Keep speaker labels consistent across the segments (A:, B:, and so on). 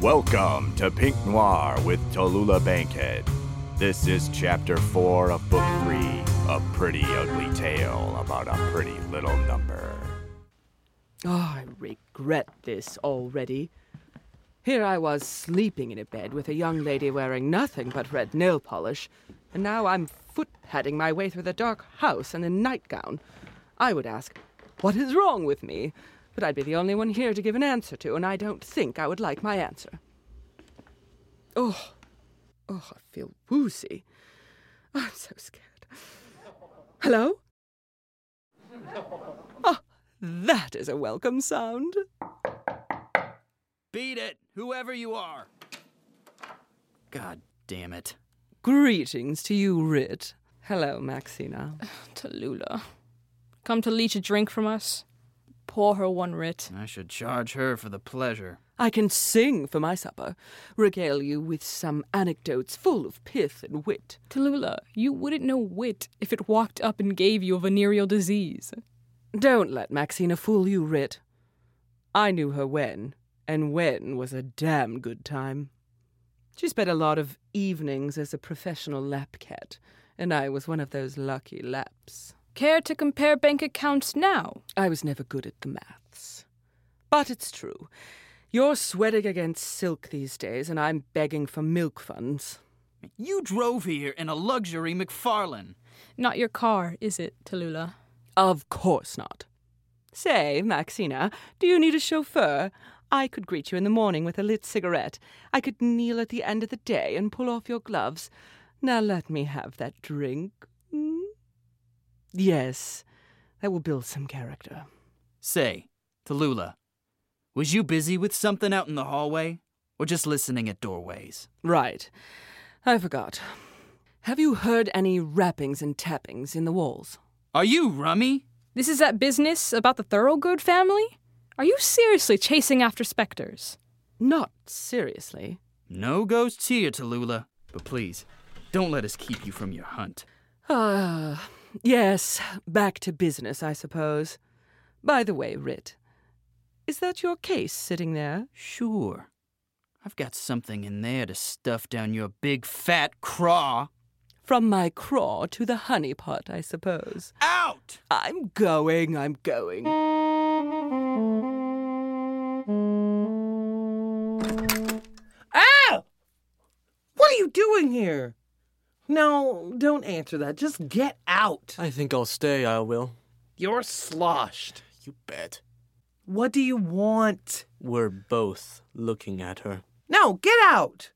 A: Welcome to Pink Noir with Tallulah Bankhead. This is chapter 4 of book 3, a pretty ugly tale about a pretty little number.
B: Ah, I regret this already. Here I was sleeping in a bed with a young lady wearing nothing but red nail polish, and now I'm foot padding my way through the dark house in a nightgown. I would ask, What is wrong with me? But I'd be the only one here to give an answer to, and I don't think I would like my answer. Oh, oh, I feel woozy. I'm so scared. Hello? Ah, that is a welcome sound.
C: Beat it, whoever you are. God damn it.
B: Greetings to you, Rit. Hello, Maxina.
D: Tallulah. Come to leech a drink from us? Pour her one writ.
C: I should charge her for the pleasure.
B: I can sing for my supper, regale you with some anecdotes full of pith and wit.
D: Tallulah, you wouldn't know wit if it walked up and gave you a venereal disease.
B: Don't let Maxina fool you, Rit. I knew her when, and when was a damn good time. She spent a lot of evenings as a professional lap cat, and I was one of those lucky laps.
D: Care to compare bank accounts now?
B: I was never good at the maths. But it's true. You're sweating against silk these days, and I'm begging for milk funds.
C: You drove here in a luxury McFarlane.
D: Not your car, is it, Tallulah?
B: Of course not. Say, Maxina, do you need a chauffeur? I could greet you in the morning with a lit cigarette. I could kneel at the end of the day and pull off your gloves. Now let me have that drink. Mm? Yes, that will build some character.
C: Say, Tallulah, was you busy with something out in the hallway? Or just listening at doorways?
B: Right. I forgot. Have you heard any rappings and tappings in the walls?
C: Are you rummy?
D: This is that business about the Thoroughgood family? Are you seriously chasing after specters?
B: Not seriously.
C: No ghosts here, Tallulah. But please, don't let us keep you from your hunt.
B: Ah, yes, back to business, I suppose. By the way, Rit, is that your case sitting there?
C: Sure. I've got something in there to stuff down your big fat craw.
B: From my craw to the honey pot, I suppose.
C: Out!
B: I'm going, I'm going.
E: Ow! What are you doing here? No, don't answer that. Just get out.
F: I think I'll stay, I will.
E: You're sloshed.
F: You bet.
E: What do you want?
F: We're both looking at her.
E: No, get out.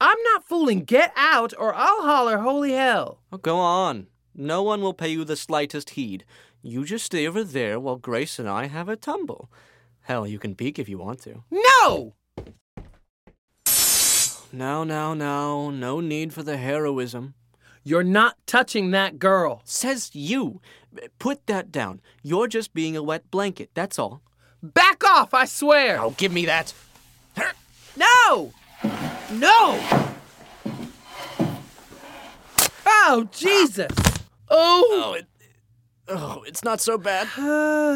E: I'm not fooling. Get out or I'll holler holy hell.
F: Oh, go on. No one will pay you the slightest heed. You just stay over there while Grace and I have a tumble. Hell, you can peek if you want to.
E: No!
F: Now, now, now, no need for the heroism.
E: You're not touching that girl.
F: Says you. Put that down. You're just being a wet blanket, that's all.
E: Back off, I swear.
F: Oh, give me that.
E: No! No! Oh, Jesus! Oh!
F: it, oh, it's not so bad.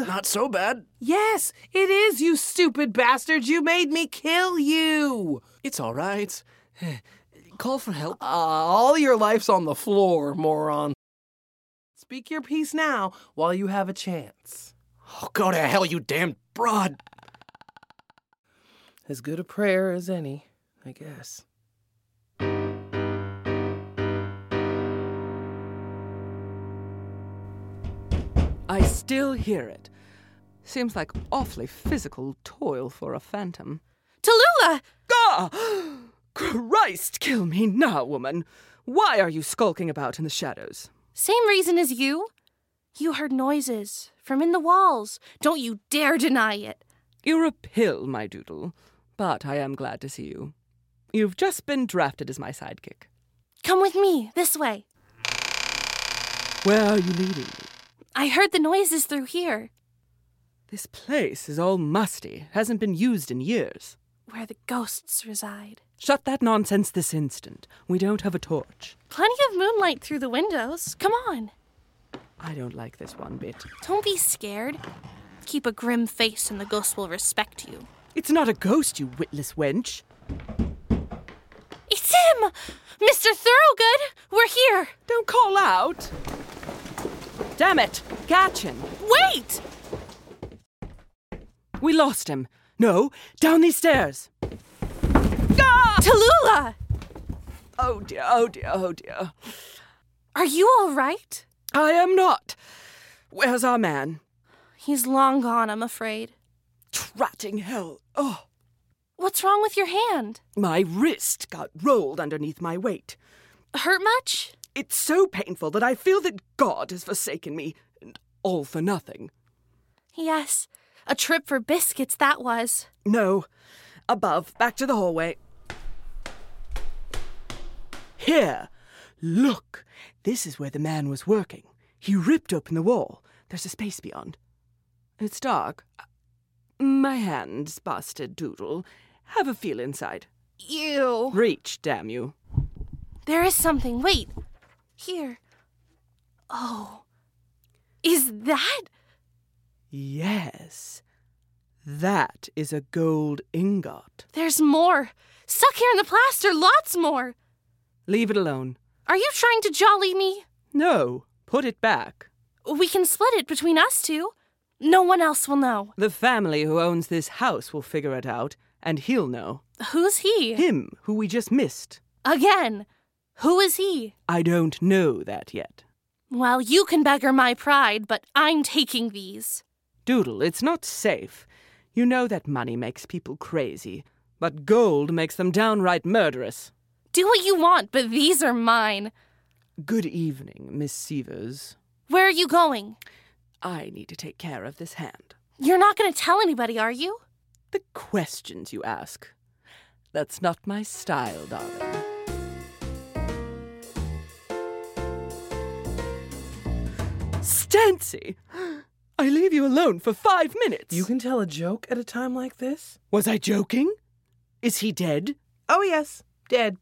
F: not so bad.
E: Uh, Yes, it is, you stupid bastard! You made me kill you!
F: It's all right. Call for help.
E: Uh, all your life's on the floor, moron. Speak your piece now while you have a chance.
F: Oh, go to hell, you damned broad.
E: As good a prayer as any, I guess.
B: I still hear it. Seems like awfully physical toil for a phantom.
G: Tallulah!
B: Ah! Christ, kill me now, woman! Why are you skulking about in the shadows?
G: Same reason as you. You heard noises from in the walls. Don't you dare deny it.
B: You're a pill, my doodle, but I am glad to see you. You've just been drafted as my sidekick.
G: Come with me, this way.
B: Where are you leading me?
G: I heard the noises through here,
B: This place is all musty, hasn't been used in years.
G: where the ghosts reside.
B: Shut that nonsense this instant. We don't have a torch.
G: Plenty of moonlight through the windows. Come on.
B: I don't like this one bit.
G: Don't be scared. Keep a grim face and the ghosts will respect you.
B: It's not a ghost, you witless wench.
G: It's him! Mr. Thoroughgood! We're here!
B: Don't call out! Damn it! Gatchin!
G: Wait!
B: We lost him. No, down these stairs! Ah!
G: Tallulah!
B: Oh dear, oh dear, oh dear.
G: Are you all right?
B: I am not. Where's our man?
G: He's long gone, I'm afraid.
B: Trotting hell. Oh,
G: What's wrong with your hand?
B: my wrist got rolled underneath my weight.
G: Hurt much?
B: It's so painful that I feel that God has forsaken me, and all for nothing.
G: Yes. A trip for biscuits, that was.
B: No. Above, back to the hallway. Here. Look. This is where the man was working. He ripped open the wall. There's a space beyond. It's dark. My hand's busted, Doodle. Have a feel inside.
G: Ew.
B: Reach, damn you.
G: There is something. Wait. Here. Oh. Is that?
B: Yes. That is a gold ingot.
G: There's more. Stuck here in the plaster, lots more.
B: Leave it alone.
G: Are you trying to jolly me?
B: No, put it back.
G: We can split it between us two. No one else will know.
B: The family who owns this house will figure it out, and he'll know.
G: Who's he?
B: Him, who we just missed.
G: Again. Who is he?
B: I don't know that yet.
G: Well, you can beggar my pride, but I'm taking these.
B: Doodle, it's not safe. You know that money makes people crazy, but gold makes them downright murderous.
G: Do what you want, but these are mine.
B: Good evening, Miss Severs.
G: Where are you going?
B: I need to take care of this hand.
G: You're not going to tell anybody, are you?
B: The questions you ask. That's not my style, darling. Stancy! I leave you alone for five minutes!
E: You can tell a joke at a time like this?
B: Was I joking? Is he dead?
E: Oh, yes. Dead.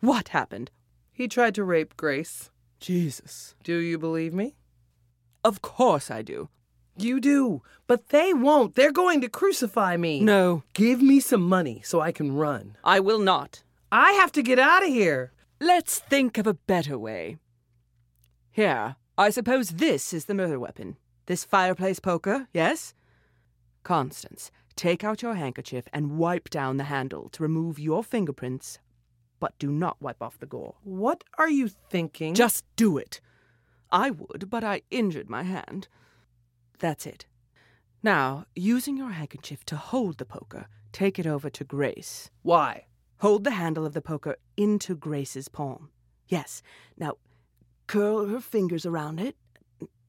B: What happened?
E: He tried to rape Grace.
B: Jesus.
E: Do you believe me?
B: Of course I do.
E: You do. But they won't. They're going to crucify me.
B: No,
E: Give me some money so I can run.
B: I will not.
E: I have to get out of here.
B: Let's think of a better way. Here, I suppose this is the murder weapon. This fireplace poker, yes? Constance, take out your handkerchief and wipe down the handle to remove your fingerprints, but do not wipe off the gore.
E: What are you thinking?
B: Just do it. I would, but I injured my hand. That's it. Now, using your handkerchief to hold the poker, take it over to Grace.
E: why?
B: Hold the handle of the poker into Grace's palm. Yes. Now, curl her fingers around it.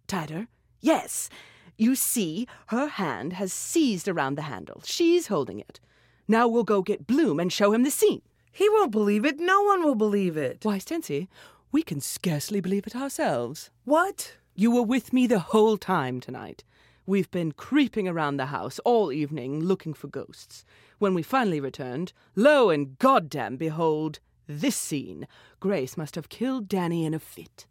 B: Tighter. Yes. You see, her hand has seized around the handle. She's holding it. Now we'll go get Bloom and show him the scene.
E: He won't believe it. No one will believe it.
B: Why, Stency, we can scarcely believe it ourselves.
E: What?
B: You were with me the whole time tonight. We've been creeping around the house all evening looking for ghosts. When we finally returned, lo and goddamn behold, this scene. Grace must have killed Danny in a fit.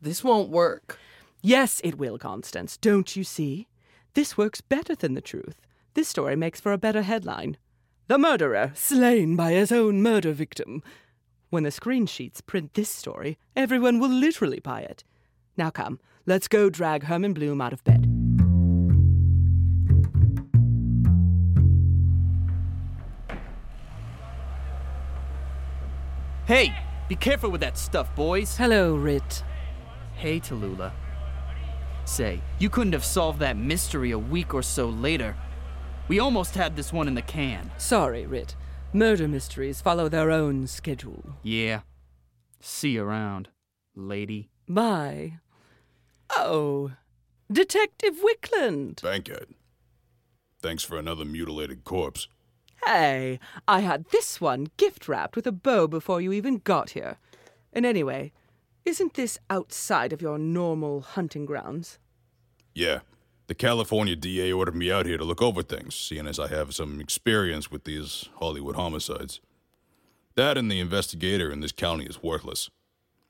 E: This won't work.
B: Yes, it will, Constance, don't you see? This works better than the truth. This story makes for a better headline. The murderer slain by his own murder victim. When the screen sheets print this story, everyone will literally buy it. Now come, let's go drag Herman Bloom out of bed.
C: Hey, be careful with that stuff, boys.
B: Hello, Rit.
C: Hey, Tallulah. Say, you couldn't have solved that mystery a week or so later. We almost had this one in the can.
B: Sorry, Rit. Murder mysteries follow their own schedule.
C: Yeah. See you around, lady.
B: Bye. Oh, Detective Wickland.
H: Bankhead. Thanks for another mutilated corpse.
B: Hey, I had this one gift wrapped with a bow before you even got here. And anyway, isn't this outside of your normal hunting grounds?
H: Yeah. The California DA ordered me out here to look over things, seeing as I have some experience with these Hollywood homicides. That and the investigator in this county is worthless.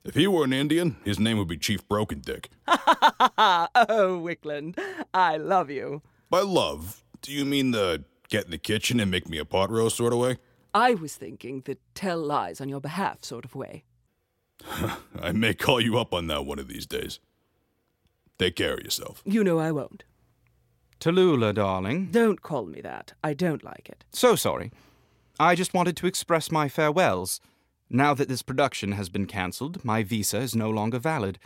H: If he were an Indian, his name would be Chief Broken Dick.
B: oh, Wickland, I love you.
H: By love, do you mean the get in the kitchen and make me a pot roast sort of way?
B: I was thinking the tell lies on your behalf sort of way.
H: I may call you up on that one of these days. Take care of yourself.
B: You know I won't.
I: Tallulah, darling.
B: Don't call me that. I don't like it.
I: So sorry. I just wanted to express my farewells. Now that this production has been cancelled, my visa is no longer valid.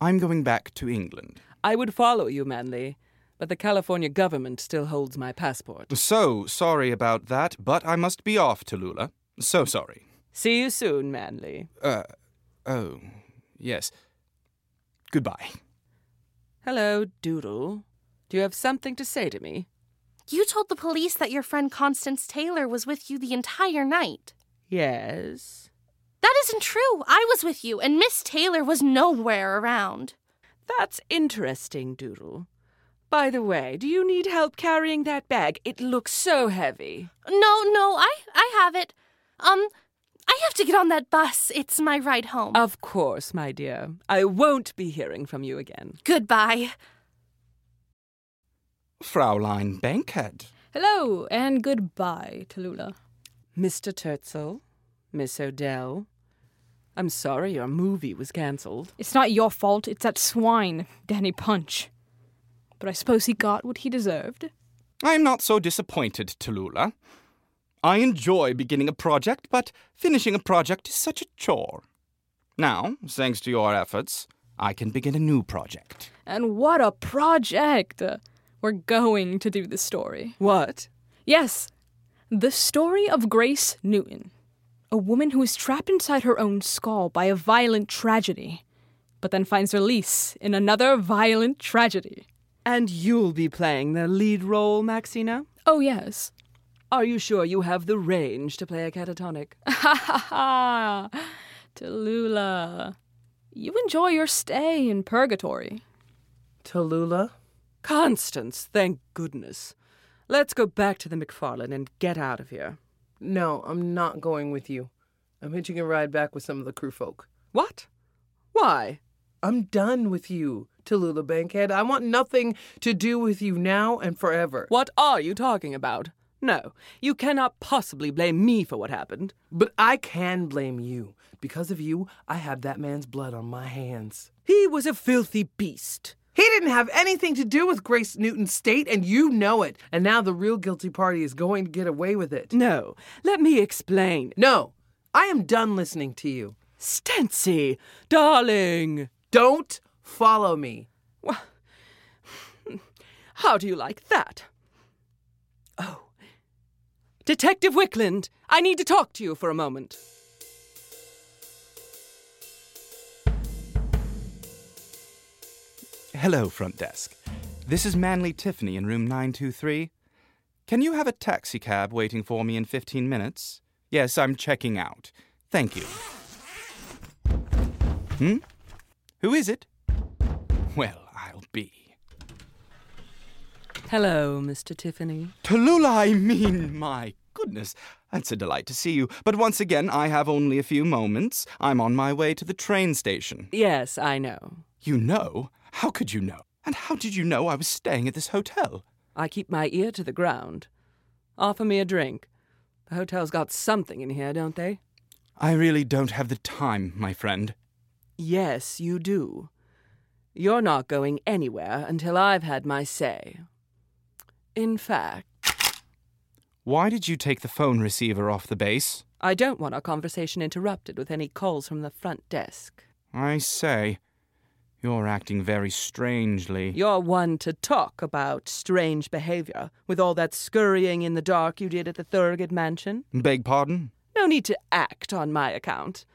I: I'm going back to England.
B: I would follow you, Manley, but the California government still holds my passport.
I: So sorry about that, but I must be off, Tallulah. So sorry.
B: See you soon, Manley.
I: Uh, oh, yes. Goodbye.
B: Hello, Doodle. Do you have something to say to me?
G: You told the police that your friend Constance Taylor was with you the entire night.
B: Yes.
G: That isn't true. I was with you, and Miss Taylor was nowhere around.
B: That's interesting, Doodle. By the way, do you need help carrying that bag? It looks so heavy.
G: No, no, I, I have it. Um, I have to get on that bus. It's my ride home.
B: Of course, my dear. I won't be hearing from you again.
G: Goodbye.
I: Fraulein Bankhead.
D: Hello and goodbye, Tallulah.
B: Mr. Turtzel, Miss Odell, I'm sorry your movie was cancelled.
D: It's not your fault, it's that swine, Danny Punch. But I suppose he got what he deserved.
I: I'm not so disappointed, Tallulah. I enjoy beginning a project, but finishing a project is such a chore. Now, thanks to your efforts, I can begin a new project.
D: And what a project! We're going to do the story.
B: What?
D: Yes, the story of Grace Newton, a woman who is trapped inside her own skull by a violent tragedy, but then finds release in another violent tragedy.
B: And you'll be playing the lead role, Maxina?
D: Oh, yes.
B: Are you sure you have the range to play a catatonic?
D: Ha ha ha! Tallulah, you enjoy your stay in purgatory.
E: Tallulah?
B: Constance, thank goodness. Let's go back to the McFarlane and get out of here.
E: No, I'm not going with you. I'm hitching a ride back with some of the crew folk.
B: What? Why?
E: I'm done with you, Tallulah Bankhead. I want nothing to do with you now and forever.
B: What are you talking about? No, you cannot possibly blame me for what happened.
E: But I can blame you. Because of you, I have that man's blood on my hands.
B: He was a filthy beast.
E: He didn't have anything to do with Grace Newton's state, and you know it. And now the real guilty party is going to get away with it.
B: No, let me explain.
E: No, I am done listening to you.
B: Stancy, darling.
E: Don't follow me.
B: Wha- How do you like that? Oh. Detective Wickland, I need to talk to you for a moment.
I: Hello, front desk. This is Manly Tiffany in room 923. Can you have a taxicab waiting for me in 15 minutes? Yes, I'm checking out. Thank you. Hmm? Who is it? Well, I'll be.
B: Hello, Mr. Tiffany.
I: Tallulah, I mean, my goodness. It's a delight to see you. But once again, I have only a few moments. I'm on my way to the train station.
B: Yes, I know.
I: You know? How could you know? And how did you know I was staying at this hotel?
B: I keep my ear to the ground. Offer me a drink. The hotel's got something in here, don't they?
I: I really don't have the time, my friend.
B: Yes, you do. You're not going anywhere until I've had my say. In fact,
I: Why did you take the phone receiver off the base?
B: I don't want our conversation interrupted with any calls from the front desk.
I: I say, you're acting very strangely.
B: You're one to talk about strange behavior with all that scurrying in the dark you did at the Thurgood Mansion.
I: Beg pardon?
B: No need to act on my account.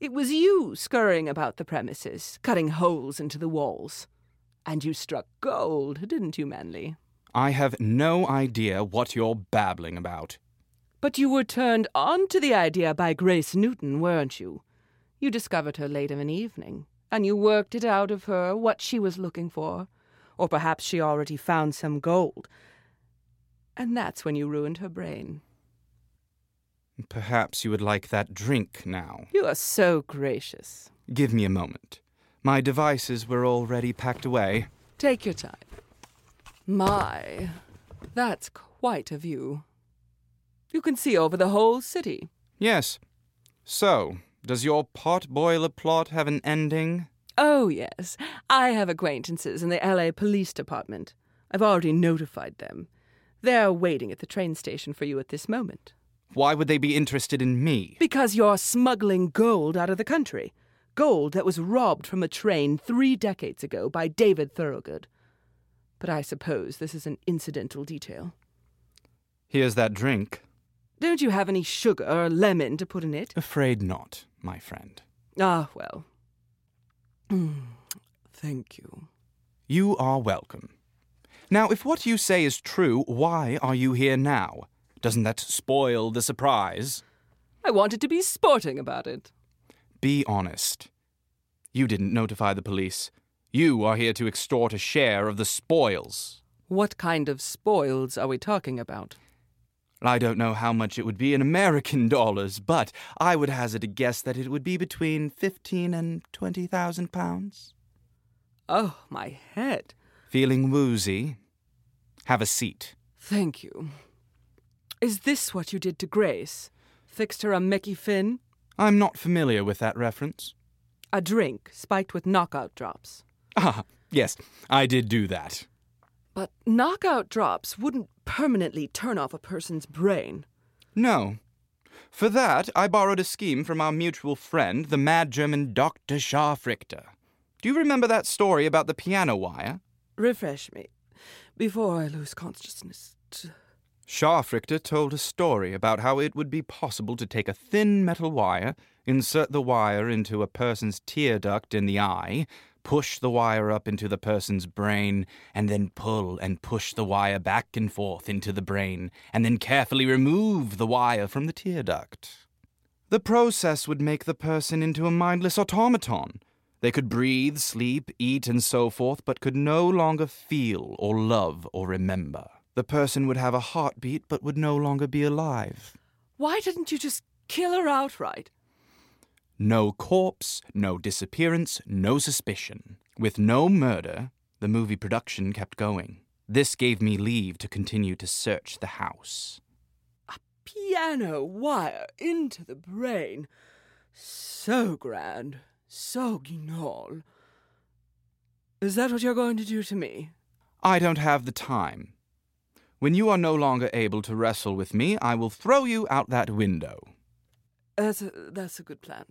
B: It was you scurrying about the premises, cutting holes into the walls. And you struck gold, didn't you, Manley?
I: I have no idea what you're babbling about.
B: But you were turned on to the idea by Grace Newton, weren't you? You discovered her late of an evening, and you worked it out of her what she was looking for. Or perhaps she already found some gold. And that's when you ruined her brain.
I: Perhaps you would like that drink now.
B: You are so gracious.
I: Give me a moment. My devices were already packed away.
B: Take your time. My, that's quite a view. You can see over the whole city.
I: Yes. So, does your pot boiler plot have an ending?
B: Oh, yes. I have acquaintances in the LA Police Department. I've already notified them. They're waiting at the train station for you at this moment.
I: Why would they be interested in me?
B: Because you're smuggling gold out of the country. Gold that was robbed from a train three decades ago by David Thoroughgood. But I suppose this is an incidental detail.
I: Here's that drink.
B: Don't you have any sugar or lemon to put in it?
I: Afraid not, my friend.
B: Ah, well. Mm, Thank you.
I: You are welcome. Now, if what you say is true, why are you here now? Doesn't that spoil the surprise?
B: I wanted to be sporting about it.
I: Be honest. You didn't notify the police. You are here to extort a share of the spoils.
B: What kind of spoils are we talking about?
I: I don't know how much it would be in American dollars, but I would hazard a guess that it would be between fifteen and twenty thousand pounds.
B: Oh, my head.
I: Feeling woozy? Have a seat.
B: Thank you. Is this what you did to Grace? Fixed her a Mickey Finn?
I: I'm not familiar with that reference.
B: A drink spiked with knockout drops.
I: Ah, yes, I did do that.
B: But knockout drops wouldn't permanently turn off a person's brain.
I: No. For that, I borrowed a scheme from our mutual friend, the mad German Dr. Scharfrichter. Do you remember that story about the piano wire?
B: Refresh me before I lose consciousness. T-
I: Scharfrichter told a story about how it would be possible to take a thin metal wire, insert the wire into a person's tear duct in the eye, push the wire up into the person's brain, and then pull and push the wire back and forth into the brain, and then carefully remove the wire from the tear duct. The process would make the person into a mindless automaton. They could breathe, sleep, eat, and so forth, but could no longer feel or love or remember. The person would have a heartbeat, but would no longer be alive.
B: Why didn't you just kill her outright?
I: No corpse, no disappearance, no suspicion. With no murder, the movie production kept going. This gave me leave to continue to search the house.
B: Piano wire into the brain. So grand, so gnarled. Is that what you're going to do to me?
I: I don't have the time. When you are no longer able to wrestle with me, I will throw you out that window.
B: That's a, that's a good plan.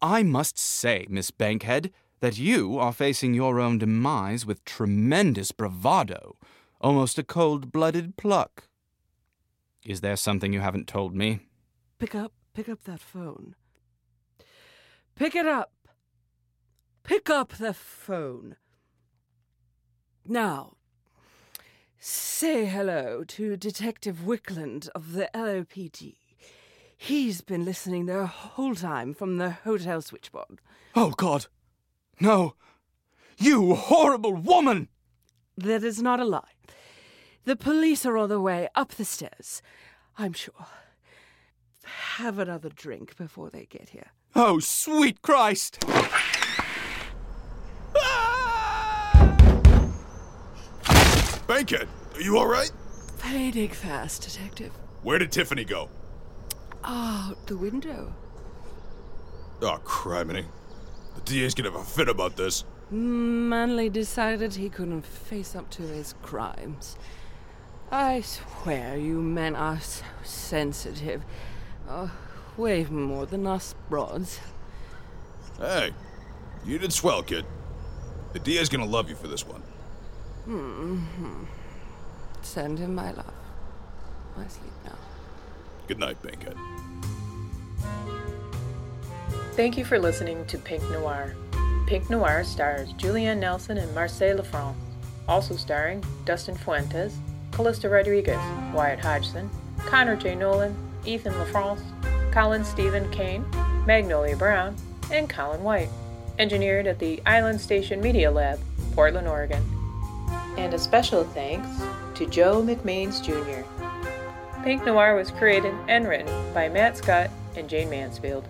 I: I must say, Miss Bankhead, that you are facing your own demise with tremendous bravado, almost a cold blooded pluck. Is there something you haven't told me?
B: Pick up, pick up that phone. Pick it up. Pick up the phone. Now, say hello to Detective Wickland of the LOPD. He's been listening the whole time from the hotel switchboard.
I: Oh, God! No! You horrible woman!
B: That is not a lie. The police are on the way up the stairs, I'm sure. Have another drink before they get here.
I: Oh, sweet Christ!
H: Bankhead, are you alright?
B: Fading fast, Detective.
H: Where did Tiffany go?
B: Out Ah, the window.
H: Oh, criminy. The DA's gonna have a fit about this.
B: Manley decided he couldn't face up to his crimes. I swear you men are so sensitive. Oh, way more than us broads.
H: Hey, you did swell, kid. The DA's gonna love you for this one.
B: hmm Send him my love. I sleep now.
H: Good night, Bankhead.
J: Thank you for listening to Pink Noir. Pink Noir stars Julianne Nelson and Marcel Lafrance, also starring Dustin Fuentes, Callista Rodriguez, Wyatt Hodgson, Connor J. Nolan, Ethan LaFrance, Colin Stephen Kane, Magnolia Brown, and Colin White. Engineered at the Island Station Media Lab, Portland, Oregon. And a special thanks to Joe McMains Jr. Pink Noir was created and written by Matt Scott and Jane Mansfield.